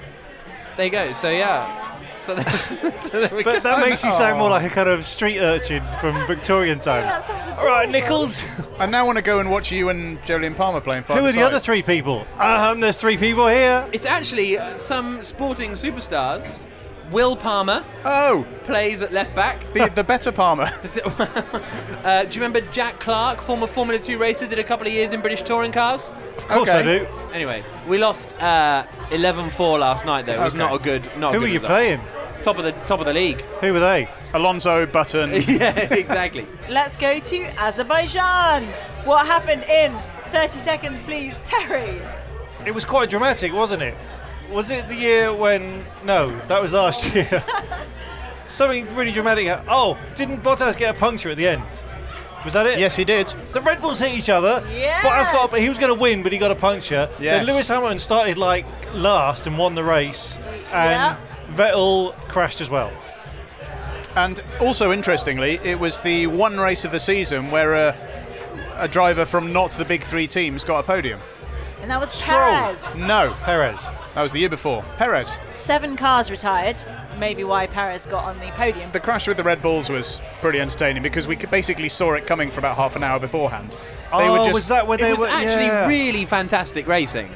There you go. So yeah. So, there's, so there we go. But that makes you sound more like a kind of street urchin from Victorian times. That sounds All right, Nichols. I now want to go and watch you and Jolien Palmer playing five Who are the aside. other three people? Um, there's three people here. It's actually uh, some sporting superstars. Will Palmer Oh, plays at left back. the, the better Palmer. Uh, do you remember Jack Clark, former Formula 2 racer, did a couple of years in British touring cars? Of course okay. I do. Anyway, we lost uh, 11-4 last night, though. It was Okay. not a good not Who a good were you result. playing? Top of the top of the league. Who were they? Alonso Button. yeah, exactly. Let's go to Azerbaijan. What happened in 30 seconds, please, Terry? It was quite dramatic, wasn't it? Was it the year when? No, that was last year. Something really dramatic. hap- Oh, didn't Bottas get a puncture at the end? Was that it? Yes, he did. The Red Bulls hit each other. Yes. Bottas got up. He was going to win, but he got a puncture. Yes. Then Lewis Hamilton started like last and won the race, yeah. and Vettel crashed as well. And also interestingly, it was the one race of the season where a, a driver from not the big three teams got a podium. And that was Stroll. Perez. No, Perez. that was the year before. Perez. Seven cars retired. Maybe why Perez got on the podium. The crash with the Red Bulls was pretty entertaining because we could- basically saw it coming for about half an hour beforehand. They oh, were just was that where it they was were? actually yeah. really fantastic racing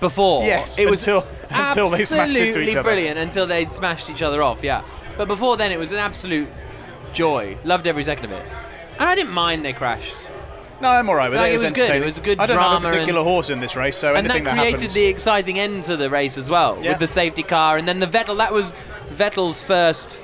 before. Yes, it was until- until they smashed into each absolutely other. brilliant until they smashed each other off. Yeah, but before then, it was an absolute joy. Loved every second of it, and I didn't mind they crashed. No, I'm all right with Like, it. it was good. It entertaining. was good I don't have drama a and- particular horse in this race, so and that anything created happens. the exciting end to the race as well Yeah. with the safety car and then the Vettel that was Vettel's first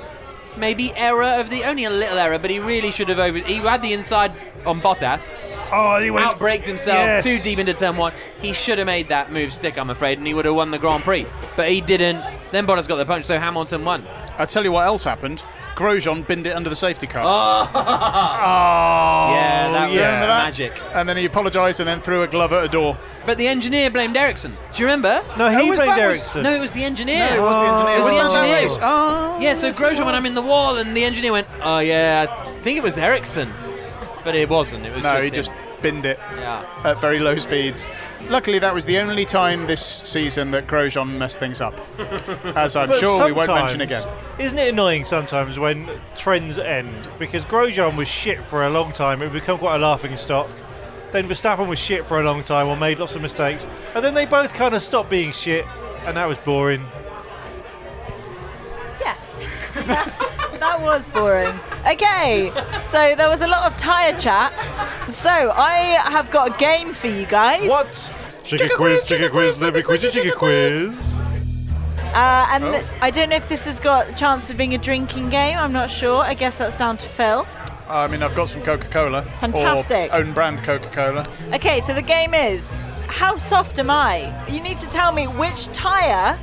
maybe error of the only a little error but he really should have over he had the inside on Bottas Oh, he went. outbraked himself Yes. too deep into turn 1 he should have made that move stick I'm afraid and he would have won the Grand Prix but he didn't then Bottas got the punch so Hamilton won I tell you what else happened. Grosjean binned it under the safety car. Oh, yeah that was Remember that? magic And then he apologised and then threw a glove at a door. but the engineer blamed Ericsson do you remember No, he Oh, was blamed that- was- Ericsson. no it was the engineer It was the engineer. It was Wasn't the that that engineer. race? Oh, Yeah, so yes, it Grosjean went, was. I'm in the wall, and the engineer went, oh, yeah, I think it was Ericsson. But it wasn't. It was No, just he him. just binned it Yeah. at very low speeds. Luckily, that was the only time this season that Grosjean messed things up, as I'm But sure we won't mention sometimes- again. Isn't it annoying sometimes when trends end? Because Grosjean was shit for a long time, it became quite a laughing stock. Then Verstappen was shit for a long time or made lots of mistakes. And then they both kind of stopped being shit, and that was boring. Yes. that was boring. Okay, so there was a lot of tyre chat. So I have got a game for you guys. What? Chicken quiz, chicken quiz, let me quiz you, chicken quiz. Uh, and th- I don't know if this has got a chance of being a drinking game. I'm not sure. I guess that's down to Phil. I mean, I've got some Coca-Cola. Fantastic. Or own brand Coca-Cola. Okay, so the game is how soft am I? You need to tell me which tyre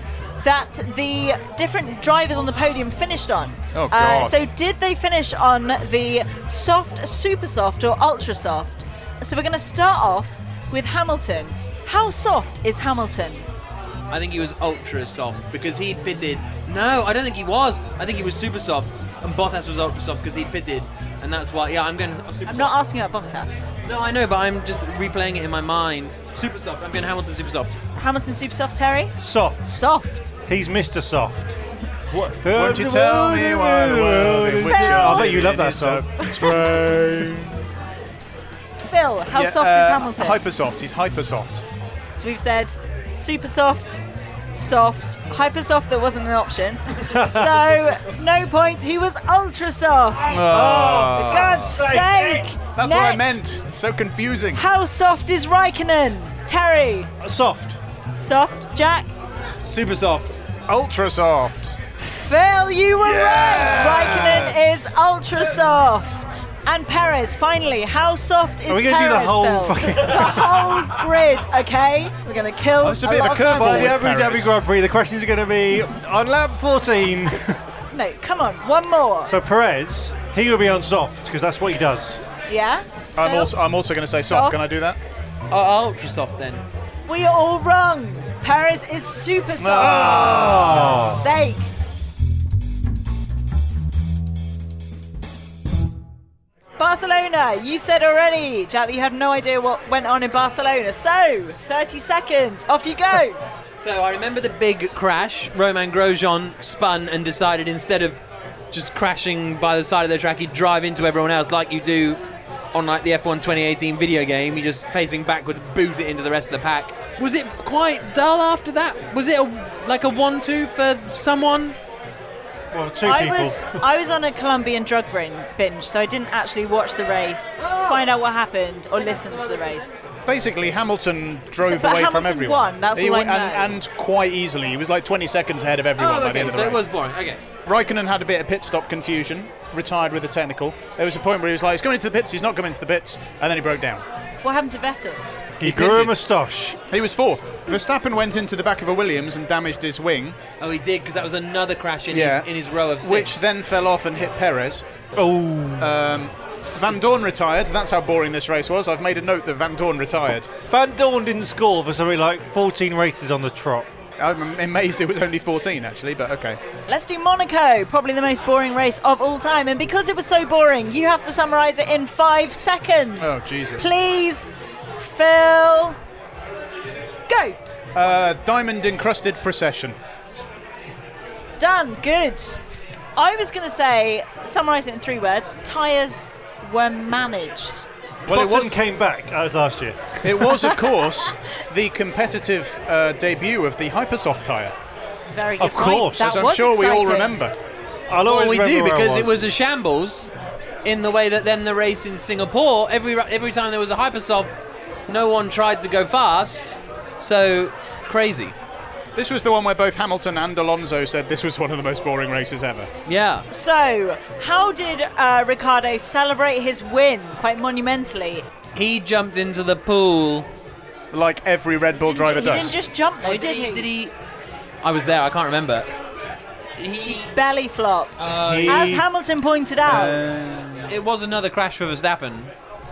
that the different drivers on the podium finished on. Oh, Uh, God. so did they finish on the soft, super soft, or ultra soft? So we're going to start off with Hamilton. How soft is Hamilton? I think he was ultra soft because he pitted. No, I don't think he was. I think he was super soft, and Bottas was ultra soft because he pitted. And that's why, yeah, I'm going oh, super I'm soft. not asking about Bottas. No, I know, but I'm just replaying it in my mind. Super soft. I'm going Hamilton super soft. Hamilton super soft, Terry? Soft. Soft. He's Mr. Soft. What? Won't you tell me why the world in which you're I bet you love living that is song. Phil, how Yeah, soft uh, is Hamilton? Hypersoft. He's hypersoft. So we've said super soft, soft, hyper soft that wasn't an option. so no point. He was ultra soft. Ah, For God's sake! Oh. That's Next. what I meant. So confusing. How soft is Raikkonen? Terry, Soft. soft. Jack, Super soft. Ultra soft. Phil, you were right. Yes. Raikkonen is ultra soft. And Perez, finally, how soft is Are we going gonna to do the whole fucking- the whole grid? Okay, we're going to kill. Oh, it's a bit of a lot time. curveball By the with Abu Dhabi Ferraris. E Grand Prix, the questions are going to be on lap 14. No, come on, one more. So Perez, he will be on soft because that's what he does. yeah. I'm Phil? also, I'm also going to say soft. Soft. Can I do that? Oh, ultra soft then. We are all wrong. Paris is super soft. God's Oh. Sake. Barcelona, you said already, Jack, that you had no idea what went on in Barcelona. So, 30 seconds, off you go. So I remember the big crash. Roman Grosjean spun and decided instead of just crashing by the side of the track, he'd drive into everyone else like you do on like the F1 2018 video game. You just facing backwards, boot it into the rest of the pack. Was it quite dull after that? Was it a, like a one-two for someone? Well, two I people. was I was on a Colombian drug bin- binge, so I didn't actually watch the race, find out what happened, or listen to the race. Basically, Hamilton drove but away from Hamilton everyone. won, that's he all I w- and, know. and quite easily. He was like 20 seconds ahead of everyone Oh, by the okay. end of So the it race. was boring. Okay. Raikkonen had a bit of pit stop confusion, retired with a technical. There was a point where he was like, he's going into the pits, he's not going into the pits, and then he broke down. What happened to Vettel? he grew a pitted. moustache. He was fourth. Verstappen went into the back of a Williams and damaged his wing, Oh, he did because that was another crash in Yeah. his in his row of six. which then fell off and hit Perez. Um, Oh, Van Dorn retired. That's how boring this race was. I've made a note that Van Dorn retired. Van Dorn didn't score for something like 14 races on the trot. I'm amazed it was only 14, actually, but okay. Let's do Monaco, probably the most boring race of all time. And because it was so boring, you have to summarize it in five seconds. Oh, Jesus. Please, Phil, go. Uh, diamond encrusted procession. Done. Good. I was going to say, summarize it in three words. Tires were managed. Well, it was- came back as last year. It was, of course, the competitive uh, debut of the Hypersoft tyre, Very good. Of point. course. That as I'm was sure we all exciting. remember. I'll Well, always we do remember where I because it was a shambles, in the way that then the race in Singapore, every ra- every time there was a hypersoft, no one tried to go fast, so crazy. This was the one where both Hamilton and Alonso said this was one of the most boring races ever. Yeah, So, how did uh, Ricardo celebrate his win quite monumentally? he jumped into the pool. Like every Red Bull driver he does. didn't just jump though, Oh, did he? Did he? I was there. I can't remember. Belly flopped. Uh, He- As Hamilton pointed out, It was another crash for Verstappen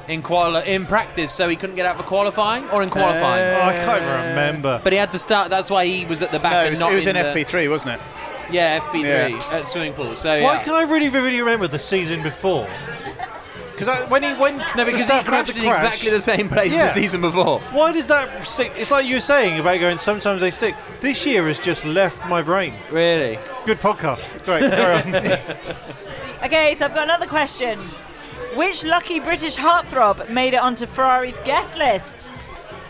in quali- in practice, so he couldn't get out for qualifying or in qualifying. Oh, I can't even remember. but he had to start. That's why he was at the back. No, and it was, not it was in the- FP3, wasn't it? Yeah, FP3 Yeah. at swimming pool. So Why yeah. can I really vividly remember the season before? Because when he when no, because he Verstappen had crashed the in crash, exactly the same place Yeah. the season before. Why does that stick? It's like you were saying about going. Sometimes they stick. This year has just left my brain. Really? Good podcast. Great. Carry on. okay, so I've got another question. Which lucky British heartthrob made it onto Ferrari's guest list?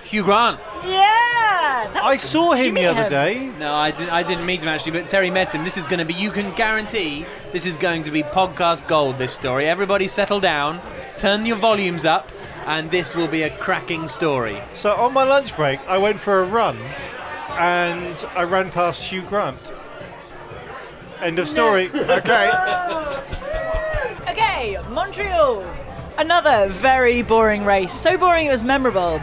Hugh Grant. Yeah, that I was- saw Did you him the meet other him? day. No, I didn't. I didn't meet him actually, but Terry met him. This is going to be. You can guarantee this is going to be podcast gold. This story. Everybody, settle down, turn your volumes up, and this will be a cracking story. So on my lunch break, I went for a run, and I ran past Hugh Grant. End of story. okay. Okay, Montreal. Another very boring race. So boring it was memorable.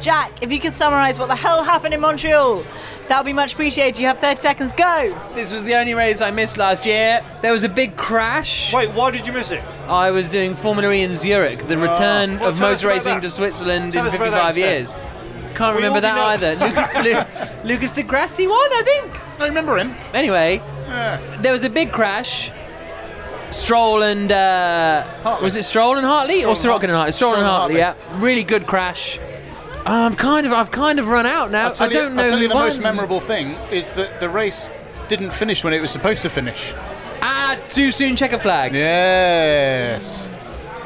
Jack, if you could summarise what the hell happened in Montreal, that would be much appreciated. You have 30 seconds. Go. This was the only race I missed last year. There was a big crash. Wait, why did you miss it? I was doing Formula E in Zurich, the return Oh. well, of tell us motor about racing that. to Switzerland Tell in us about that 55 instead. years. Can't remember all that be either. Lucas, Lucas Degrassi won, I think. I remember him. Anyway, there was a big crash. Stroll and uh, Hartley. was it Stroll and Hartley or Stroll and Sorokin and Hartley? Stroll, and Hartley, Hartley. yeah. Really good crash. I'm kind of, I've kind of run out now. I'll tell I don't you, know I'll tell who you the won. most memorable thing is that the race didn't finish when it was supposed to finish. Ah, too soon. Checker flag. Yes.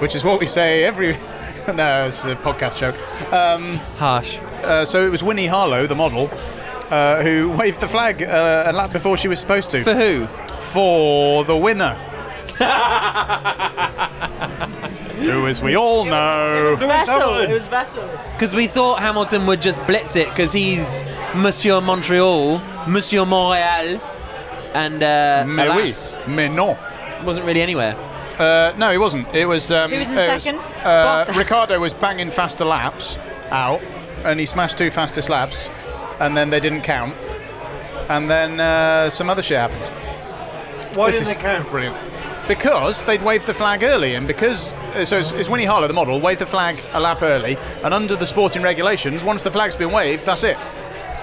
Which is what we say every. no, it's a podcast joke. Um, Harsh. uh, so it was Winnie Harlow, the model, uh, who waved the flag uh, a lap before she was supposed to For who? for the winner. who, as we all know, Vettel. It was Vettel. Because we thought Hamilton would just blitz it because he's Monsieur Montreal, Monsieur Montreal, and uh, mais oui, alas, mais non. wasn't really anywhere. Uh, no, he wasn't. It was. Um, Who was in it second? uh, Bottas. Ricardo was banging faster laps out, and he smashed two fastest laps, and then they didn't count, and then uh, some other shit happened. Why This didn't is it count? Brilliant. Because they'd waved the flag early, and because uh, so it's, it's Winnie Harlow, the model, waved the flag a lap early, and under the sporting regulations, once the flag's been waved, that's it.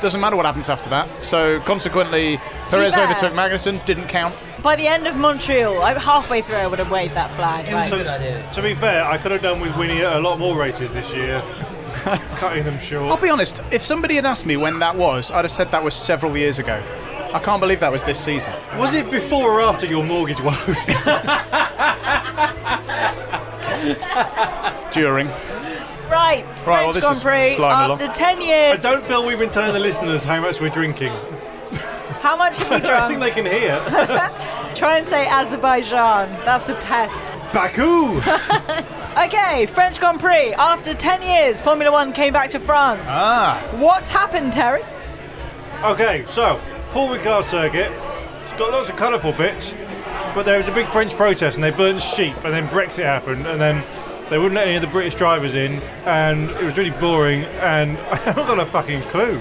Doesn't matter what happens after that. So consequently, Perez fair- overtook Magnussen, didn't count. By the end of Montreal, I- halfway through, I would have waved that flag. Right. So, to be fair, I could have done with Winnie at a lot more races this year. cutting them short. I'll be honest, if somebody had asked me when that was, I'd have said that was several years ago. I can't believe that was this season. Was it before or after your mortgage woes? During. Right, well, French this Grand is Prix. flying along. After 10 I years, don't feel we've been telling the listeners how much we're drinking. how much have you I drunk? think they can hear. Try and say Azerbaijan. That's the test. Baku! Okay, French Grand Prix. After 10 years, Formula One came back to France. Ah, What happened, Terry? Okay, so Paul Ricard circuit. It's got lots of colourful bits, but there was a big French protest and they burned sheep, and then Brexit happened, and then they wouldn't let any of the British drivers in, and it was really boring, and I haven't got a fucking clue.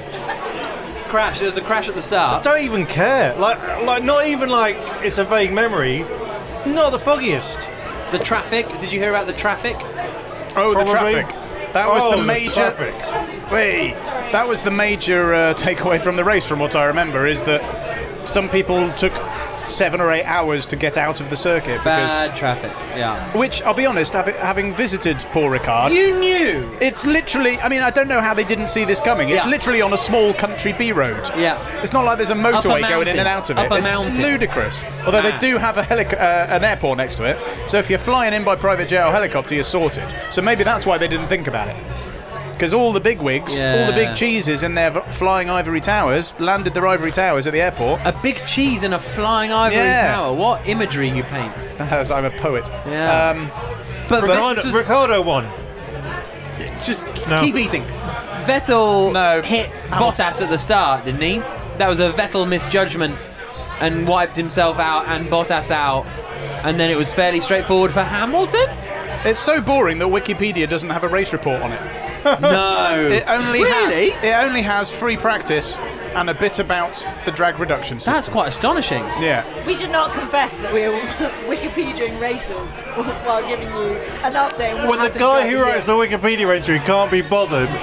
Crash. There was a crash at the start. Don't even care. Like, like not even like it's a vague memory. Not the foggiest. The traffic. Did you hear about the traffic? oh, the Probably. traffic. That was Oh, the major. traffic. Wait, that was the major uh, takeaway from the race, from what I remember, is that some people took seven or eight hours to get out of the circuit. Because, Bad traffic. Yeah. Which, I'll be honest, having, having visited Paul Ricard, You knew. it's literally. I mean, I don't know how they didn't see this coming. It's Yeah. literally on a small country B road. Yeah. It's not like there's a motorway going in mountain. and out of it. Up a it's mountain. Ah. ludicrous. Although they Mad. do have a helic- uh, an airport next to it, so if you're flying in by private jet or helicopter, you're sorted. So maybe that's why they didn't think about it. Because all the big wigs, all the Yeah. big cheeses in their v- flying ivory towers landed their ivory towers at the airport. A big cheese in a flying ivory Yeah. tower. What imagery you paint. As I'm a poet. Yeah. Um, But Ricardo, Vettel was- Ricardo won. just k- No. keep eating. Vettel No. hit Hamilton. Bottas at the start, didn't he? That was a Vettel misjudgment and wiped himself out and Bottas out. And then it was fairly straightforward for Hamilton. it's so boring that Wikipedia doesn't have a race report on it. No, It only ha- really. it only has free practice and a bit about the drag reduction system. That's quite astonishing. yeah. We should not confess that we're Wikipediaing races while giving you an update. on what When the happened guy throughout who year. writes the Wikipedia entry can't be bothered,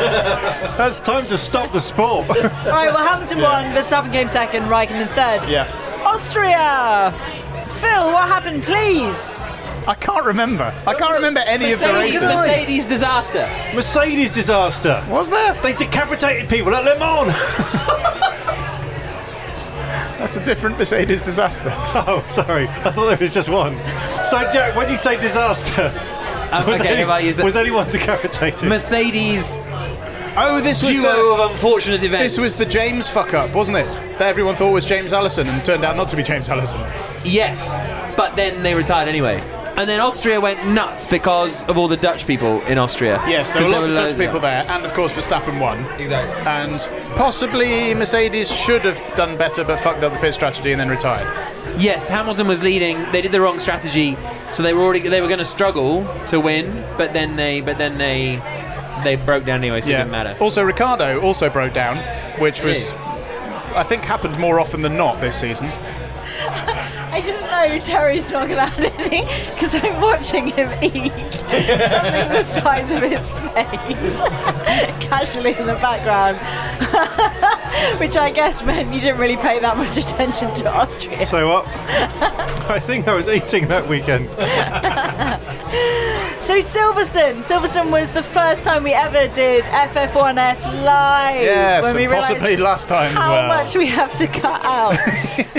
that's time to stop the sport. All right, well, Hamilton won, Verstappen came second, Raikkonen third. Yeah. Austria! Phil, what happened, please? I can't remember. I can't remember any of the Mercedes, races. Mercedes disaster. Mercedes disaster. Was there? They decapitated people at Le Mans. That's a different Mercedes disaster. oh, sorry. I thought there was just one. So, Jack, when you say disaster, Um, was, okay, any- if I use that- was anyone decapitated? Mercedes Oh, this was duo the, of unfortunate events. this was the James fuck up, wasn't it? That everyone thought was James Allison and turned out not to be James Allison. yes, but then they retired anyway. And then Austria went nuts because of all the Dutch people in Austria. Yes, there were lots Because of there Dutch were people lo- there, and of course Verstappen won. Exactly. And possibly Mercedes should have done better, but fucked up the pit strategy and then retired. Yes, Hamilton was leading. They did the wrong strategy, so they were already they were going to struggle to win. But then they but then they they broke down anyway, so it didn't matter. Also, Ricardo also broke down, which was, I think, happened more often than not this season. I just know Terry's not going to add anything because I'm watching him eat something the size of his face casually in the background, which I guess meant you didn't really pay that much attention to Austria. so what? I think I was eating that weekend. So Silverstone, Silverstone was the first time we ever did FF1S live. Yes, when we and possibly realised last time as how well. much we have to cut out.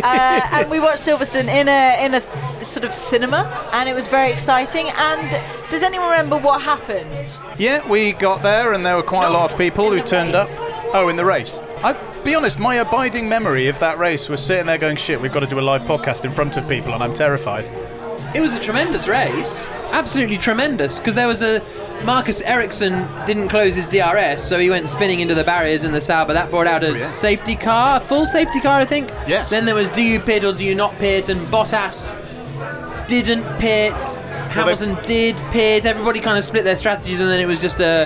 uh, and we watched Silverstone in a in a th- sort of cinema, and it was very exciting. And does anyone remember what happened? Yeah, we got there, and there were quite a lot of people in who the turned race. up. Oh, in the race. I be honest, my abiding memory of that race was sitting there going, "Shit, we've got to do a live podcast in front of people," and I'm terrified. It was a tremendous race, absolutely tremendous, because there was a Marcus Ericsson didn't close his DRS, so he went spinning into the barriers in the Sauber. That brought out a Oh, yes. safety car, a full safety car, I think. Yes. Then there was do you pit or do you not pit, and Bottas didn't pit. Hamilton did pit. Everybody kind of split their strategies, and then it was just a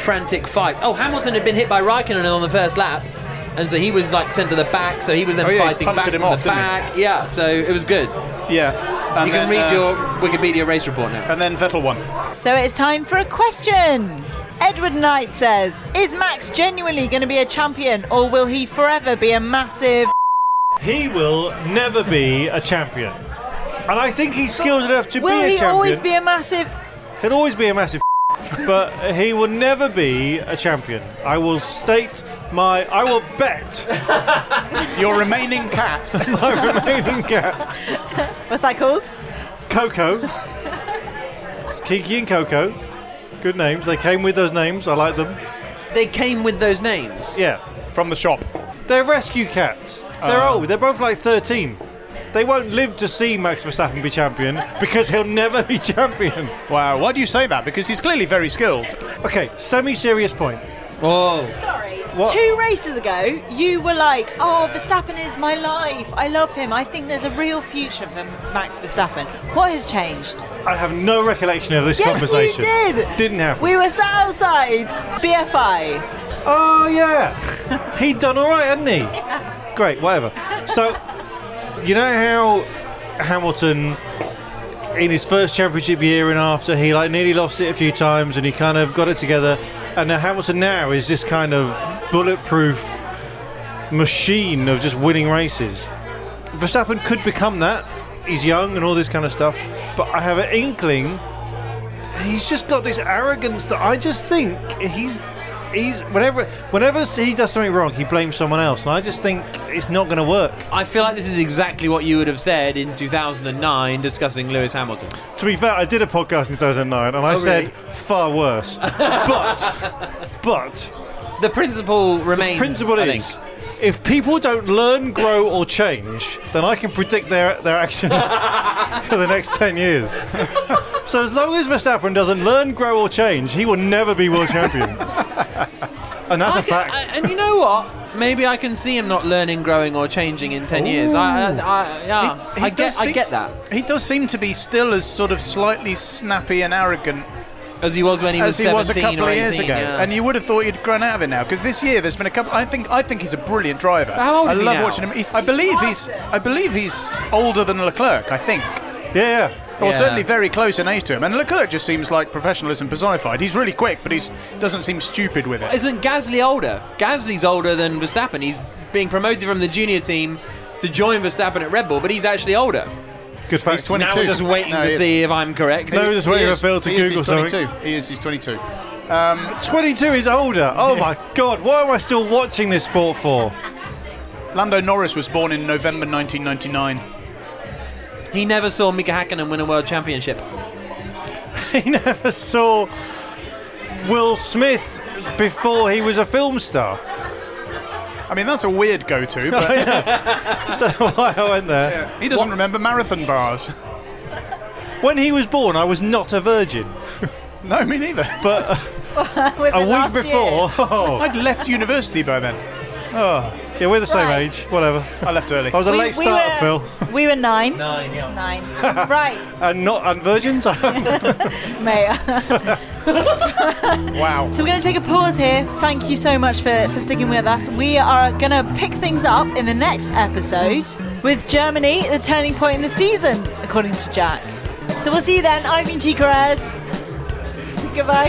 frantic fight. Oh, Hamilton had been hit by Raikkonen on the first lap, and so he was like sent to the back. So he was then Oh, yeah, he fighting punted back him from off, the didn't he? back. Yeah, so it was good. Yeah, and You can then, read uh, your Wikipedia race report now. And then Vettel won. So it is time for a question. Edward Knight says, "Is Max genuinely going to be a champion, or will he forever be a massive?" He will never be a champion. And I think he's skilled enough to Will be a he champion. always be a massive? He'll always be a massive but he will never be a champion. I will state my. I will bet Your remaining cat. my remaining cat, What's that called? Coco. It's Kiki and Coco. Good names. They came with those names. I like them. They came with those names. Yeah. From the shop. They're rescue cats. They're Oh. old. They're both like 13. They won't live to see Max Verstappen be champion because he'll never be champion. Wow, why do you say that? Because he's clearly very skilled. Okay, semi serious point. Oh, Sorry. What? Two races ago, you were like, oh, Verstappen is my life. I love him. I think there's a real future for Max Verstappen. What has changed? I have no recollection of this Yes, you conversation. did. Didn't happen. We were sat outside BFI. Oh yeah, he'd done all right, hadn't he? Great, whatever. So, you know how Hamilton, in his first championship year and after, he like nearly lost it a few times, and he kind of got it together. And now Hamilton now is this kind of bulletproof machine of just winning races. Verstappen could become that. He's young and all this kind of stuff, but I have an inkling he's just got this arrogance that I just think he's he's whenever whenever he does something wrong, he blames someone else, and I just think it's not going to work. I feel like this is exactly what you would have said in 2009 discussing Lewis Hamilton. To be fair, I did a podcast in 2009, and I said far worse, but but The principle remains. principle I is. think. If people don't learn, grow, or change, then I can predict their, their actions for the next 10 years. so, as long as Verstappen doesn't learn, grow, or change, he will never be world champion. and that's a I can- fact. I- and you know what? Maybe I can see him not learning, growing, or changing in 10 years. I, I, I, yeah, He- he I get, does I seem- get that. He does seem to be still as sort of slightly snappy and arrogant As he was when he was as he 17 was a couple or 18. of years ago. yeah. And you would have thought he'd grown out of it now, because this year there's been a couple. I think I think he's a brilliant driver. How old I is he love now? watching him. He's, I believe he's I believe he's older than Leclerc. I think. yeah, yeah. Or Yeah. certainly very close in age to him. And Leclerc just seems like professionalism personified. He's really quick, but he doesn't seem stupid with it. Isn't Gasly older? Gasly's older than Verstappen. He's being promoted from the junior team to join Verstappen at Red Bull, but he's actually older. Good fact. He's 20. Now 22. we're just waiting No, to he is. see if I'm correct. No, He- just waiting for he is- Phil to he is, Google he's something. 22. He is. He's 22. 22 is older. Oh my god, what am I still watching this sport for? Lando Norris was born in November 1999. He never saw Mika Hakkinen win a world championship. He never saw Will Smith before he was a film star. I mean, that's a weird go-to, but I don't know why I went there. he doesn't remember marathon bars. When he was born, I was not a virgin. No, me neither. But Was A it week last year? before, oh, I'd left university by then. yeah, we're the same Right. age. Whatever. I left early. I was a We- late we starter, were- Phil, We were nine. Nine, yeah. Nine. right, and not and virgins. mate. wow. So we're going to take a pause here. Thank you so much for, for sticking with us. We are going to pick things up in the next episode with Germany, the turning point in the season, according to Jack. So we'll see you then. I've been G. Carrez. Goodbye.